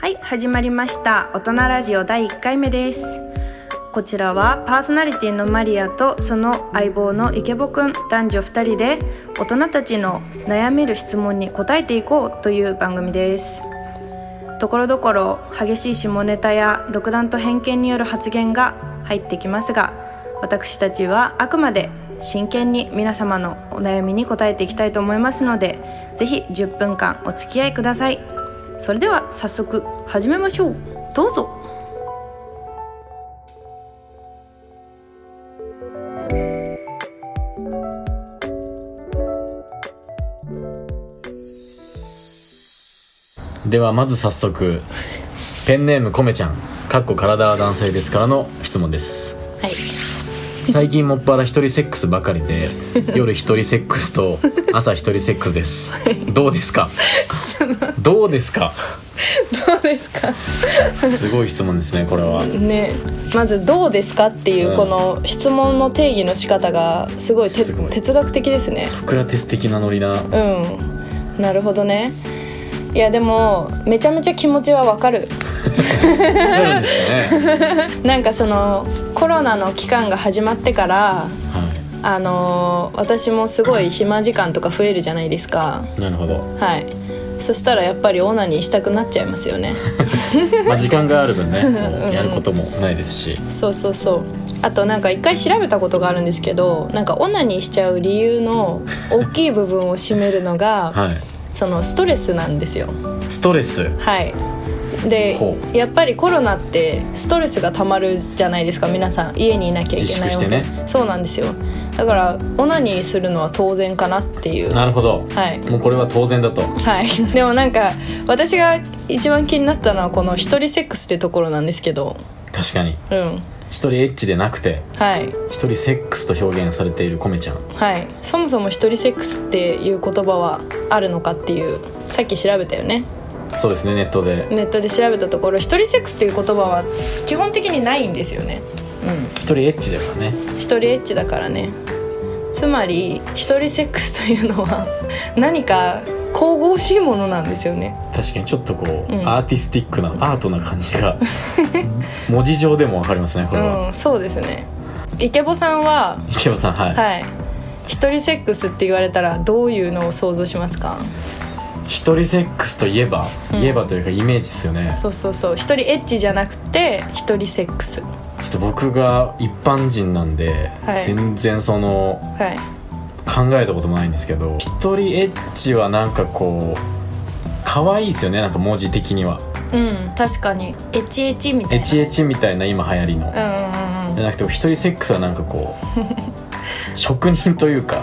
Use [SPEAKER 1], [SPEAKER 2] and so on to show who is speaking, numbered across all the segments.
[SPEAKER 1] はい始まりました大人ラジオ第1回目ですこちらはパーソナリティのマリアとその相棒のイケボくん男女2人で大人たちの悩める質問に答えていこうという番組ですところどころ激しい下ネタや独断と偏見による発言が入ってきますが私たちはあくまで真剣に皆様のお悩みに答えていきたいと思いますのでぜひ10分間お付き合いくださいそれでは早速始めましょうどうぞ
[SPEAKER 2] ではまず早速ペンネームコメちゃんかっこ体は男性ですからの質問です
[SPEAKER 1] はい
[SPEAKER 2] 最近もっぱら一人セックスばか りで夜一人セックスと朝一人セックスですどうですかどうですか
[SPEAKER 1] どうですか
[SPEAKER 2] すごい質問ですねこれは
[SPEAKER 1] ねまず「どうですか?」っていううんこの質問の定義の仕方がすごいて
[SPEAKER 2] すごい
[SPEAKER 1] 哲学的ですね
[SPEAKER 2] ソクラテス的なノリな
[SPEAKER 1] うんなるほどねいやでもめちゃめちゃ気持ちはわかる
[SPEAKER 2] なるんです かね、
[SPEAKER 1] なんかそのコロナの期間が始まってから
[SPEAKER 2] は
[SPEAKER 1] あのー私もすごい暇時間とか増えるじゃないですか
[SPEAKER 2] い、なるほど
[SPEAKER 1] はいそしたらやっぱりオナニーしたくなっちゃいますよね
[SPEAKER 2] まあ時間がある分ねも
[SPEAKER 1] うん
[SPEAKER 2] うやることもないですし
[SPEAKER 1] そうそうそうあとなんか一回調べたことがあるんですけどなんかオナニーしちゃう理由の大きい部分を占めるのが、
[SPEAKER 2] はい
[SPEAKER 1] そのストレスなんですよ
[SPEAKER 2] ストレス
[SPEAKER 1] はいで
[SPEAKER 2] ほ
[SPEAKER 1] やっぱりコロナってストレスがたまるじゃないですか皆さん家にいなきゃいけないわけ
[SPEAKER 2] 自粛してね
[SPEAKER 1] そうなんですよだからオナニーするのは当然かなっていうは
[SPEAKER 2] なるほど
[SPEAKER 1] い
[SPEAKER 2] もうこれは当然だと
[SPEAKER 1] はい、 でもなんか私が一番気になったのはこの一人セックスってところなんですけど
[SPEAKER 2] 確かに
[SPEAKER 1] うん
[SPEAKER 2] 一人エッチでなくて
[SPEAKER 1] はい
[SPEAKER 2] 一人セックスと表現されているコメちゃん
[SPEAKER 1] はいそもそも一人セックスっていう言葉はあるのかっていうさっき調べたよね
[SPEAKER 2] そうですねネットで
[SPEAKER 1] ネットで調べたところ一人セックスっていう言葉は基本的にないんですよねうん
[SPEAKER 2] 一人エッチだからね
[SPEAKER 1] 一人エッチだからねつまり一人セックスというのは 何か神々しいものなんですよね
[SPEAKER 2] 確かにちょっとこう、
[SPEAKER 1] うん
[SPEAKER 2] アーティスティックなアートな感じが 文字上でも分かりますねこれは、
[SPEAKER 1] うんそうですねイケボさんは
[SPEAKER 2] 池尾さんはい、
[SPEAKER 1] はい一人セックスって言われたらどういうのを想像しますか
[SPEAKER 2] 一人セックスといえば、
[SPEAKER 1] うん
[SPEAKER 2] 言えばというかイメージですよね
[SPEAKER 1] そうそうそう一人エッチじゃなくて一人セックス
[SPEAKER 2] ちょっと僕が一般人なんで、
[SPEAKER 1] はい
[SPEAKER 2] 全然その
[SPEAKER 1] はい
[SPEAKER 2] 考えたこともないんですけど一人エッチはなんかこう可愛いですよねなんか文字的には
[SPEAKER 1] うん確かにエチエチみたい
[SPEAKER 2] エ
[SPEAKER 1] な
[SPEAKER 2] チエチみたいな今流行りの、
[SPEAKER 1] うんうんうん
[SPEAKER 2] じゃなくて一人セックスはなんかこ う職人というか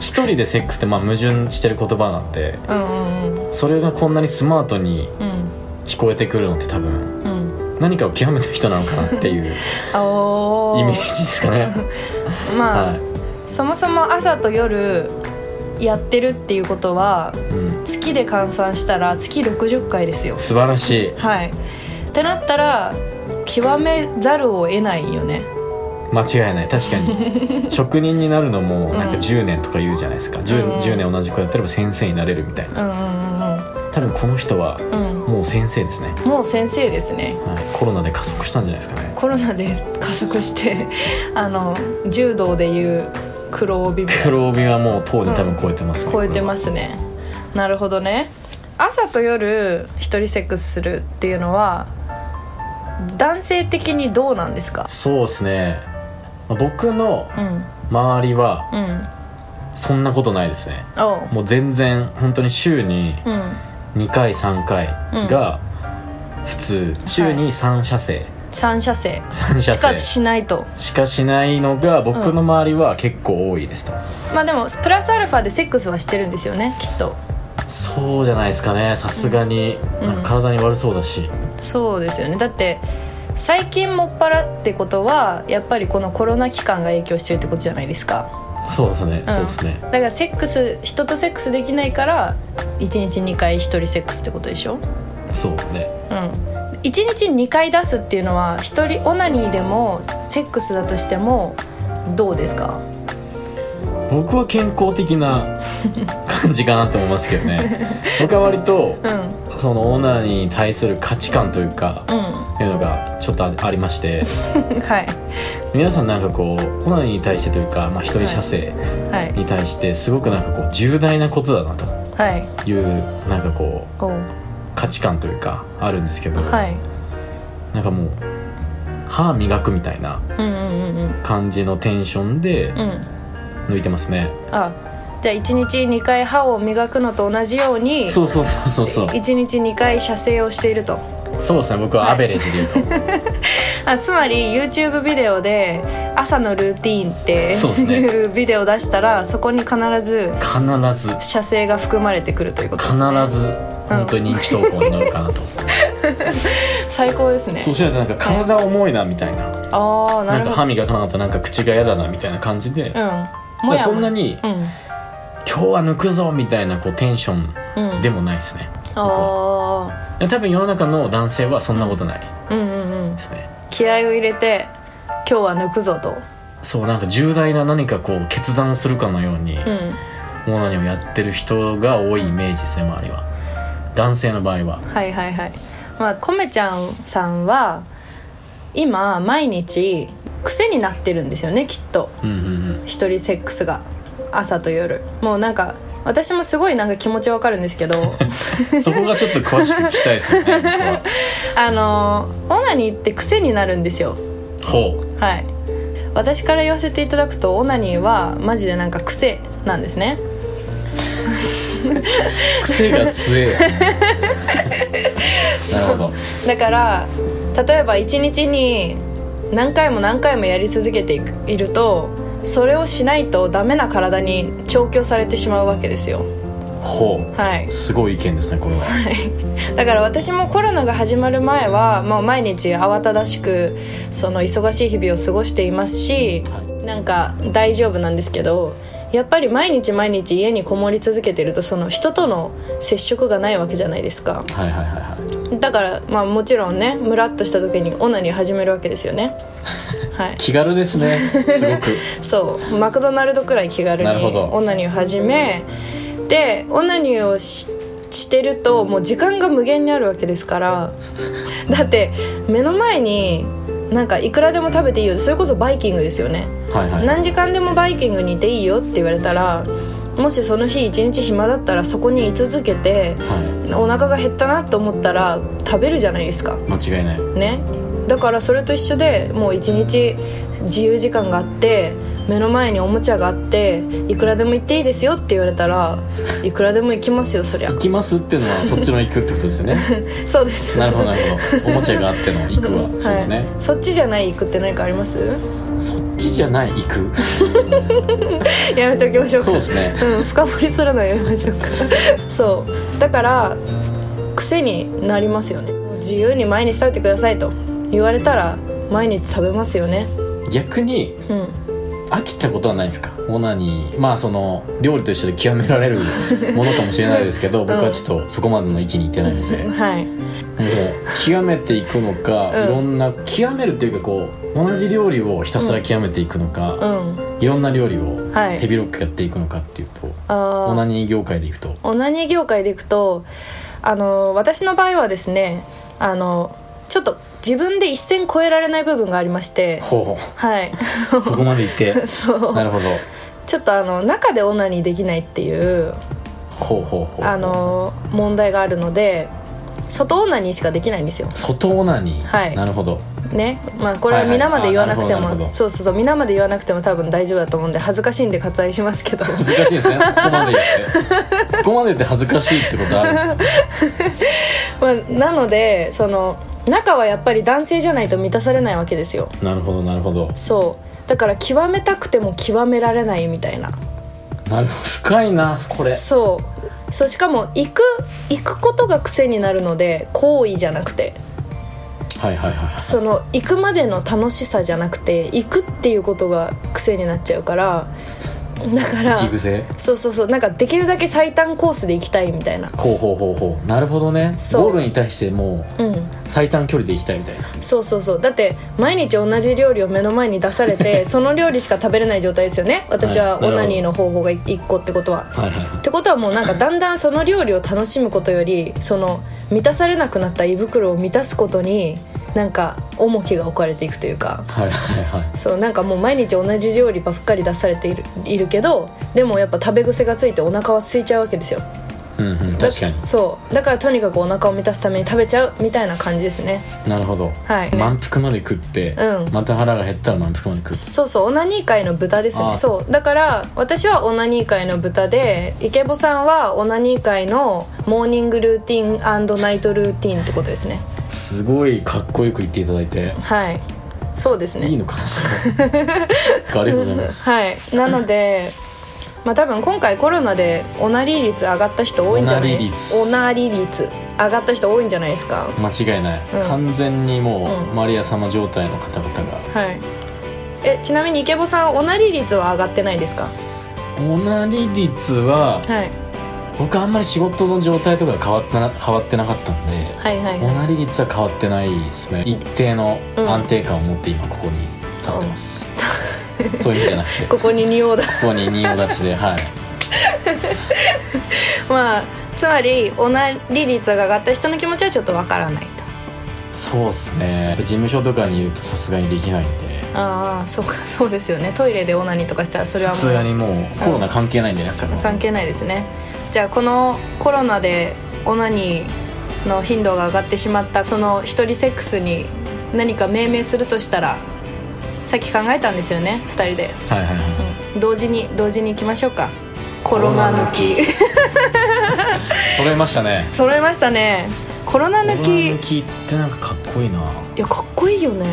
[SPEAKER 2] 一人でセックスってまあ矛盾してる言葉なんで
[SPEAKER 1] うんうん
[SPEAKER 2] それがこんなにスマートに
[SPEAKER 1] うん
[SPEAKER 2] 聞こえてくるのって多分
[SPEAKER 1] うんうん
[SPEAKER 2] 何かを極めた人なのかなっていう
[SPEAKER 1] おー
[SPEAKER 2] イメージですか ね。
[SPEAKER 1] まあ、
[SPEAKER 2] は、
[SPEAKER 1] そもそも朝と夜やってるっていうことはい
[SPEAKER 2] うん、
[SPEAKER 1] 月で換算したら月60回ですよ
[SPEAKER 2] 素晴らしい
[SPEAKER 1] はいってなったら極めざるを得ないよね
[SPEAKER 2] 間違いない確 かに職人になるのもなんか
[SPEAKER 1] うん
[SPEAKER 2] 10年とか言うじゃないですか 10,、
[SPEAKER 1] うん
[SPEAKER 2] 10年同じ子やってれば先生になれるみたいな
[SPEAKER 1] うん
[SPEAKER 2] 多分この人は
[SPEAKER 1] うんうんうん
[SPEAKER 2] もう先生ですね、
[SPEAKER 1] うんもう先生ですね
[SPEAKER 2] はい、コロナで加速したんじゃないですかね
[SPEAKER 1] コロナで加速して あの柔道でいう黒帯みたいな
[SPEAKER 2] 黒帯はもう当時多分超えてます、
[SPEAKER 1] 超えてますすねなるほどね朝と夜一人セックスするっていうのは男性的にどうなんですか
[SPEAKER 2] そうですねまあ僕の
[SPEAKER 1] うん
[SPEAKER 2] 周りは
[SPEAKER 1] うん
[SPEAKER 2] そんなことないですね
[SPEAKER 1] おう
[SPEAKER 2] もう全然本当に週に
[SPEAKER 1] うん
[SPEAKER 2] 2回3回が普通、週に3車線
[SPEAKER 1] 三車線
[SPEAKER 2] 3車
[SPEAKER 1] しか
[SPEAKER 2] 線
[SPEAKER 1] しないと
[SPEAKER 2] しかしないのが僕の周りは結構多いですと、
[SPEAKER 1] まあでもプラスアルファでセックスはしてるんですよねきっと
[SPEAKER 2] そうじゃないですかねさすがに、
[SPEAKER 1] うん
[SPEAKER 2] なんか体に悪そうだし
[SPEAKER 1] そうですよねだって最近もっぱらってことはやっぱりこのコロナ期間が影響してるってことじゃないですか
[SPEAKER 2] そうですね、
[SPEAKER 1] ん
[SPEAKER 2] そうですね
[SPEAKER 1] だからセックス人とセックスできないから1日2回1人セックスってことでしょ
[SPEAKER 2] そうね
[SPEAKER 1] うん一日2回出すっていうのは一人オナニーでもセックスだとしてもどうですか
[SPEAKER 2] 僕は健康的な感じかなと思いますけどね僕は割と
[SPEAKER 1] うん
[SPEAKER 2] そのオナニーに対する価値観というか
[SPEAKER 1] うん
[SPEAKER 2] いうのがちょっとあありまして
[SPEAKER 1] はい
[SPEAKER 2] 皆さんなんかこうオナニーに対してというか、まあ、一人射精
[SPEAKER 1] はい
[SPEAKER 2] に対してすごくなんかこう重大なことだなと
[SPEAKER 1] はい
[SPEAKER 2] いうなんかこう
[SPEAKER 1] おう
[SPEAKER 2] 価値観というかあるんですけど、
[SPEAKER 1] はい
[SPEAKER 2] なんかもう歯磨くみたいな
[SPEAKER 1] うんうんうんうん
[SPEAKER 2] 感じのテンションで
[SPEAKER 1] うん
[SPEAKER 2] 抜いてますね、
[SPEAKER 1] あじゃあ1日2回歯を磨くのと同じように
[SPEAKER 2] そうそうそうそうそう
[SPEAKER 1] 1日2回射精をしていると
[SPEAKER 2] そうですね僕はアベレージで言うと、
[SPEAKER 1] あつまり YouTube ビデオで朝のルーティーンって
[SPEAKER 2] そうですね
[SPEAKER 1] いう ビデオ出したらそこに必ず
[SPEAKER 2] 必ず
[SPEAKER 1] 射精が含まれてくるということで
[SPEAKER 2] 必
[SPEAKER 1] す
[SPEAKER 2] ず
[SPEAKER 1] ね
[SPEAKER 2] 本当に人気投稿になるかなと、
[SPEAKER 1] 最高ですね
[SPEAKER 2] そうしないとなんか体重いなみたいな、
[SPEAKER 1] ああな
[SPEAKER 2] な
[SPEAKER 1] る
[SPEAKER 2] ん
[SPEAKER 1] ほど
[SPEAKER 2] か歯磨かなかったらなんか口が嫌だなみたいな感じで、だか
[SPEAKER 1] うんも
[SPEAKER 2] ら
[SPEAKER 1] や
[SPEAKER 2] そん
[SPEAKER 1] も
[SPEAKER 2] な
[SPEAKER 1] や
[SPEAKER 2] に
[SPEAKER 1] うん
[SPEAKER 2] 今日は抜くぞみたいなこうテンション
[SPEAKER 1] うん
[SPEAKER 2] でもないですね、僕は
[SPEAKER 1] あ
[SPEAKER 2] いや多分世の中の男性はそんなことない
[SPEAKER 1] あうんうんうん
[SPEAKER 2] ですね、
[SPEAKER 1] 気合を入れて今日は抜くぞと
[SPEAKER 2] そうなんか重大な何かこう決断をするかのように、
[SPEAKER 1] うん
[SPEAKER 2] もう何をやってる人が多いイメージですね周りは男性の場合は
[SPEAKER 1] はいはいはいまあコメちゃんさんは今毎日癖になってるんですよねきっと
[SPEAKER 2] うんうん
[SPEAKER 1] 一人セックスが朝と夜もうなんか私もすごいなんか気持ちわかるんですけど
[SPEAKER 2] うんそこがちょっと詳しく聞きたいですよね
[SPEAKER 1] あのオナニーって癖になるんですよ
[SPEAKER 2] 僕はほう
[SPEAKER 1] はい私から言わせていただくとオナニーはマジでなんか癖なんですね
[SPEAKER 2] 癖が強 えよねなるほど
[SPEAKER 1] だから例えば一日に何回も何回もやり続けていくいるとそれをしないとダメな体に調教されてしまうわけですよ
[SPEAKER 2] ほう
[SPEAKER 1] はい
[SPEAKER 2] すごい意見ですねこれは
[SPEAKER 1] だから私もコロナが始まる前はもう毎日慌ただしくその忙しい日々を過ごしていますし
[SPEAKER 2] は
[SPEAKER 1] なんか大丈夫なんですけどやっぱり毎日毎日家にこもり続けてるとその人との接触がないわけじゃないですか
[SPEAKER 2] いはいはいはいはい
[SPEAKER 1] だからまあもちろんねムラっとした時にオナニー始めるわけですよ ねはい
[SPEAKER 2] 気軽ですねすごく
[SPEAKER 1] そうマクドナルドくらい気軽
[SPEAKER 2] なる
[SPEAKER 1] に
[SPEAKER 2] ほど
[SPEAKER 1] オナニーを始めでオナニーをししてるともう時間が無限にあるわけですから だって目の前になんかいくらでも食べていいよそれこそバイキングですよね
[SPEAKER 2] はいはい
[SPEAKER 1] 何時間でもバイキングにいていいよって言われたらもしその日一日暇だったらそこに居続けて
[SPEAKER 2] は
[SPEAKER 1] お腹が減ったなと思ったら食べるじゃないですか
[SPEAKER 2] い間違いない
[SPEAKER 1] ねだからそれと一緒でもう一日自由時間があって目の前におもちゃがあっていくらでも行っていいですよって言われた らいくらでも行きますよそりゃ
[SPEAKER 2] 行きますっていうのはそっちの行くってことです よね
[SPEAKER 1] そうです
[SPEAKER 2] なるほどなるほどおもちゃがあっての行くはそうですね、
[SPEAKER 1] はい、そっちじゃない行くって何かあります
[SPEAKER 2] そっちじゃない行く
[SPEAKER 1] やめておきましょうか
[SPEAKER 2] そうですね
[SPEAKER 1] うん、深掘りするのはやめましょ うかそうだから癖になりますよね自由に毎日食べてくださいと言われたら毎日食べますよね
[SPEAKER 2] 逆に
[SPEAKER 1] うん
[SPEAKER 2] 飽きたことはないですかオナニーまあその料理と一緒で極められるものかもしれないですけ ど、僕はちょっとそこまでの域に行ってないのでもう
[SPEAKER 1] はい
[SPEAKER 2] 極めていくのか、
[SPEAKER 1] うん
[SPEAKER 2] いろんな極めるっていうかこう同じ料理をひたすら極めていくの
[SPEAKER 1] う
[SPEAKER 2] か、
[SPEAKER 1] ん
[SPEAKER 2] いろんな料理を
[SPEAKER 1] はい
[SPEAKER 2] 手広くやっていくのかっていうと、
[SPEAKER 1] あ
[SPEAKER 2] オナ
[SPEAKER 1] ー
[SPEAKER 2] ニー業界でいくと
[SPEAKER 1] オナニー業界でいくとあの私の場合はですねあのちょっと自分で一線越えられない部分がありまして
[SPEAKER 2] ほ
[SPEAKER 1] はい
[SPEAKER 2] うそこまで行って
[SPEAKER 1] そ
[SPEAKER 2] な
[SPEAKER 1] う
[SPEAKER 2] るほど
[SPEAKER 1] ちょっとあの中でオナニーできないっていう
[SPEAKER 2] ほうほうほう
[SPEAKER 1] あの問題があるので外オナニーしかできないんですよ
[SPEAKER 2] 外オナニー、
[SPEAKER 1] はい
[SPEAKER 2] なるほど
[SPEAKER 1] ねまあこれは皆まで言わなくて
[SPEAKER 2] はいはいあなるほどなる
[SPEAKER 1] も
[SPEAKER 2] ほど
[SPEAKER 1] そうそうそう皆まで言わなくても多分大丈夫だと思うんで恥ずかしいんで割愛しますけど
[SPEAKER 2] 恥ずかしいですねここまで言ってここまで言って恥ずかしいってことあるんですか
[SPEAKER 1] まあなのでその中はやっぱり男性じゃないと満たされないわけですよ
[SPEAKER 2] なるほどなるほど
[SPEAKER 1] そうだから極めたくても極められないみたいな
[SPEAKER 2] なるほど深いなこれ
[SPEAKER 1] そうそうしかも行く行くことが癖になるので行為じゃなくて
[SPEAKER 2] はいはいはい
[SPEAKER 1] その行くまでの楽しさじゃなくて行くっていうことが癖になっちゃうからだから
[SPEAKER 2] 息癖
[SPEAKER 1] そうそうそうなんかできるだけ最短コースで行きたいみたいな
[SPEAKER 2] ほうほうほうほうなるほどね
[SPEAKER 1] そう
[SPEAKER 2] ゴールに対しても
[SPEAKER 1] うん
[SPEAKER 2] う最短距離で行きたいみたいな
[SPEAKER 1] そうそうそうだって毎日同じ料理を目の前に出され てその料理しか食べれない状態ですよね私は
[SPEAKER 2] はい
[SPEAKER 1] オナニーの方法が1個ってことは。
[SPEAKER 2] はいはいは
[SPEAKER 1] ってことはもうなんかだんだんその料理を楽しむことよりその満たされなくなった胃袋を満たすことになんか重きが置かれていくというか。
[SPEAKER 2] いはいはいはい
[SPEAKER 1] そうなんかもう毎日同じ料理ばっかり出されているいるけどでもやっぱ食べ癖がついてお腹は空いちゃうわけですよ
[SPEAKER 2] うんうん
[SPEAKER 1] だ
[SPEAKER 2] 確かに
[SPEAKER 1] そうだからとにかくお腹を満たすために食べちゃうみたいな感じですね
[SPEAKER 2] なるほど、
[SPEAKER 1] はい
[SPEAKER 2] 満腹まで食って、
[SPEAKER 1] うん
[SPEAKER 2] また腹が減ったら満腹まで食
[SPEAKER 1] そうそうオナニー界の豚です
[SPEAKER 2] あ
[SPEAKER 1] ね
[SPEAKER 2] ー
[SPEAKER 1] そうだから私はオナニー界の豚でイケボさんはオナニー界のモーニングルーティンナイトルーティンってことですね
[SPEAKER 2] うすごいかっこよく言っていただいて
[SPEAKER 1] はいそうですね
[SPEAKER 2] いいのかなそ れありがとうございます
[SPEAKER 1] はいなのでまあ多分今回コロナでオナリー率上がった人多いんじゃない
[SPEAKER 2] オナリ率
[SPEAKER 1] オナリ率上がった人多いんじゃないですか
[SPEAKER 2] 間違いない、
[SPEAKER 1] うん
[SPEAKER 2] 完全にもう、
[SPEAKER 1] うん
[SPEAKER 2] マリア様状態の方々が
[SPEAKER 1] はいえちなみにイケボさんオナリ率は上がってないですか
[SPEAKER 2] オナリ率は
[SPEAKER 1] はい
[SPEAKER 2] 僕あんまり仕事の状態とか変わったな変わってなかったんで
[SPEAKER 1] はいはい
[SPEAKER 2] オ
[SPEAKER 1] はい
[SPEAKER 2] ナリ率は変わってないですね一定の安定感を持って今ここに立ってます、そういう意味じゃなくてこ
[SPEAKER 1] ここに仁王だ
[SPEAKER 2] こに仁王立ちではい
[SPEAKER 1] まあつまりオナリ率が上がった人の気持ちはちょっとわからないと
[SPEAKER 2] そうっすね事務所とかにいるとさすがにできないんで
[SPEAKER 1] ああそうかそうですよねトイレでオナニーとかしたらそれは
[SPEAKER 2] さ
[SPEAKER 1] も
[SPEAKER 2] すが
[SPEAKER 1] う
[SPEAKER 2] にもうコロナ関係ないんじゃないですか、
[SPEAKER 1] 関係ないですねじゃあこのコロナでオナニーの頻度が上がってしまったその一人セックスに何か命名するとしたらさっき考えたんですよね2人で、
[SPEAKER 2] はいはいはい
[SPEAKER 1] うん同時に同時に行きましょうかコロナ抜き
[SPEAKER 2] 揃えましたね
[SPEAKER 1] 揃えましたねコロナ抜
[SPEAKER 2] コロ
[SPEAKER 1] き
[SPEAKER 2] ナ抜きってなんかかっこいいない
[SPEAKER 1] やかっこいいよね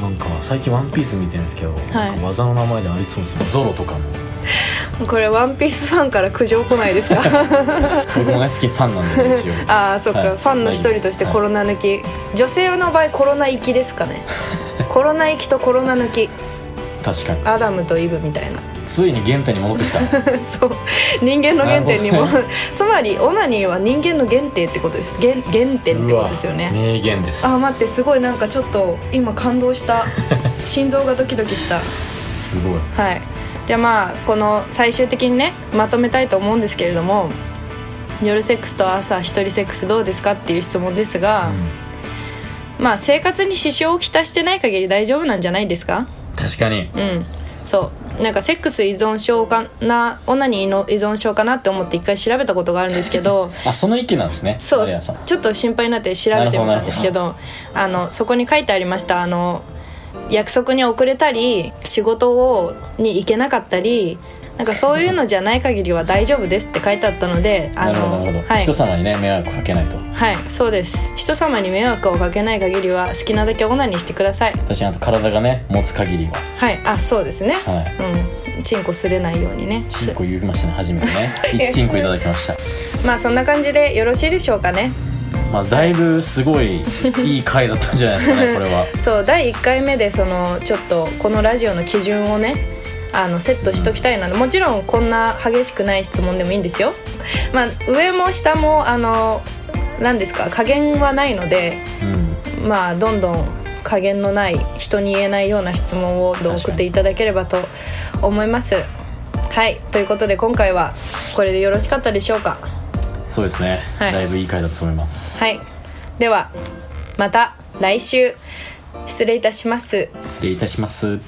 [SPEAKER 2] なんか最近ワンピース見てるんですけど、なんか技の名前でありそうですねゾロとかも
[SPEAKER 1] これワンピースファンから苦情来ないですか
[SPEAKER 2] 僕も大好きファンなんで一応
[SPEAKER 1] ああそっか、
[SPEAKER 2] はい
[SPEAKER 1] ファンの一人としてコロナ抜き、女性の場合コロナ行きですか ねコロナ行きとコロナ抜き
[SPEAKER 2] 確かに
[SPEAKER 1] アダムとイブみたいな
[SPEAKER 2] ついに原点に戻ってきた
[SPEAKER 1] そう人間の原点にも
[SPEAKER 2] なる
[SPEAKER 1] つまりオナニーは人間の原点ってことです原原点ってことですよ
[SPEAKER 2] うわ
[SPEAKER 1] ね
[SPEAKER 2] 名言です
[SPEAKER 1] あ待ってすごいなんかちょっと今感動した 心臓がドキドキした
[SPEAKER 2] すごい
[SPEAKER 1] はいじゃあまあこの最終的にねまとめたいと思うんですけれども夜セックスと朝一人セックスどうですかっていう質問ですが、
[SPEAKER 2] うん
[SPEAKER 1] まあ生活に支障をきたしてない限り大丈夫なんじゃないですか
[SPEAKER 2] 確かに
[SPEAKER 1] うんそうなんかセックス依存症かなオナニーの依存症かなって思って一回調べたことがあるんですけ ど
[SPEAKER 2] あその域なんですね
[SPEAKER 1] そう
[SPEAKER 2] マリアさん
[SPEAKER 1] ちょっと心配になって調べてみたんですけどあのそこに書いてありましたあの約束に遅れたり仕事をに行けなかったりなんかそういうのじゃない限りは大丈夫ですって書いてあったのであ
[SPEAKER 2] なるほど
[SPEAKER 1] の
[SPEAKER 2] なるほど、
[SPEAKER 1] はい
[SPEAKER 2] 人様にね迷惑かけないと
[SPEAKER 1] はいそうです人様に迷惑をかけない限りは好きなだけオナニーしてください
[SPEAKER 2] 私あと体がね持つ限りは
[SPEAKER 1] はいあそうですね
[SPEAKER 2] はい
[SPEAKER 1] うんチンコすれないようにね
[SPEAKER 2] チンコ言いましたね初めて ね一チンコいただきました
[SPEAKER 1] まあそんな感じでよろしいでしょうかね
[SPEAKER 2] まあだいぶすごいいい回だったんじゃないですかねこれは
[SPEAKER 1] そう第1回目でそのちょっとこのラジオの基準をねあのセットしときたいなのもちろんこんな激しくない質問でもいいんですよ、まあ、上も下もあの何ですか加減はないので
[SPEAKER 2] うん
[SPEAKER 1] まあどんどん加減のない人に言えないような質問をどう送っていただければと思いますはいということで今回はこれでよろしかったでしょうか
[SPEAKER 2] そうですね、
[SPEAKER 1] はい
[SPEAKER 2] だいぶいい回だと思います
[SPEAKER 1] はいではまた来週失礼いたします
[SPEAKER 2] 失礼いたします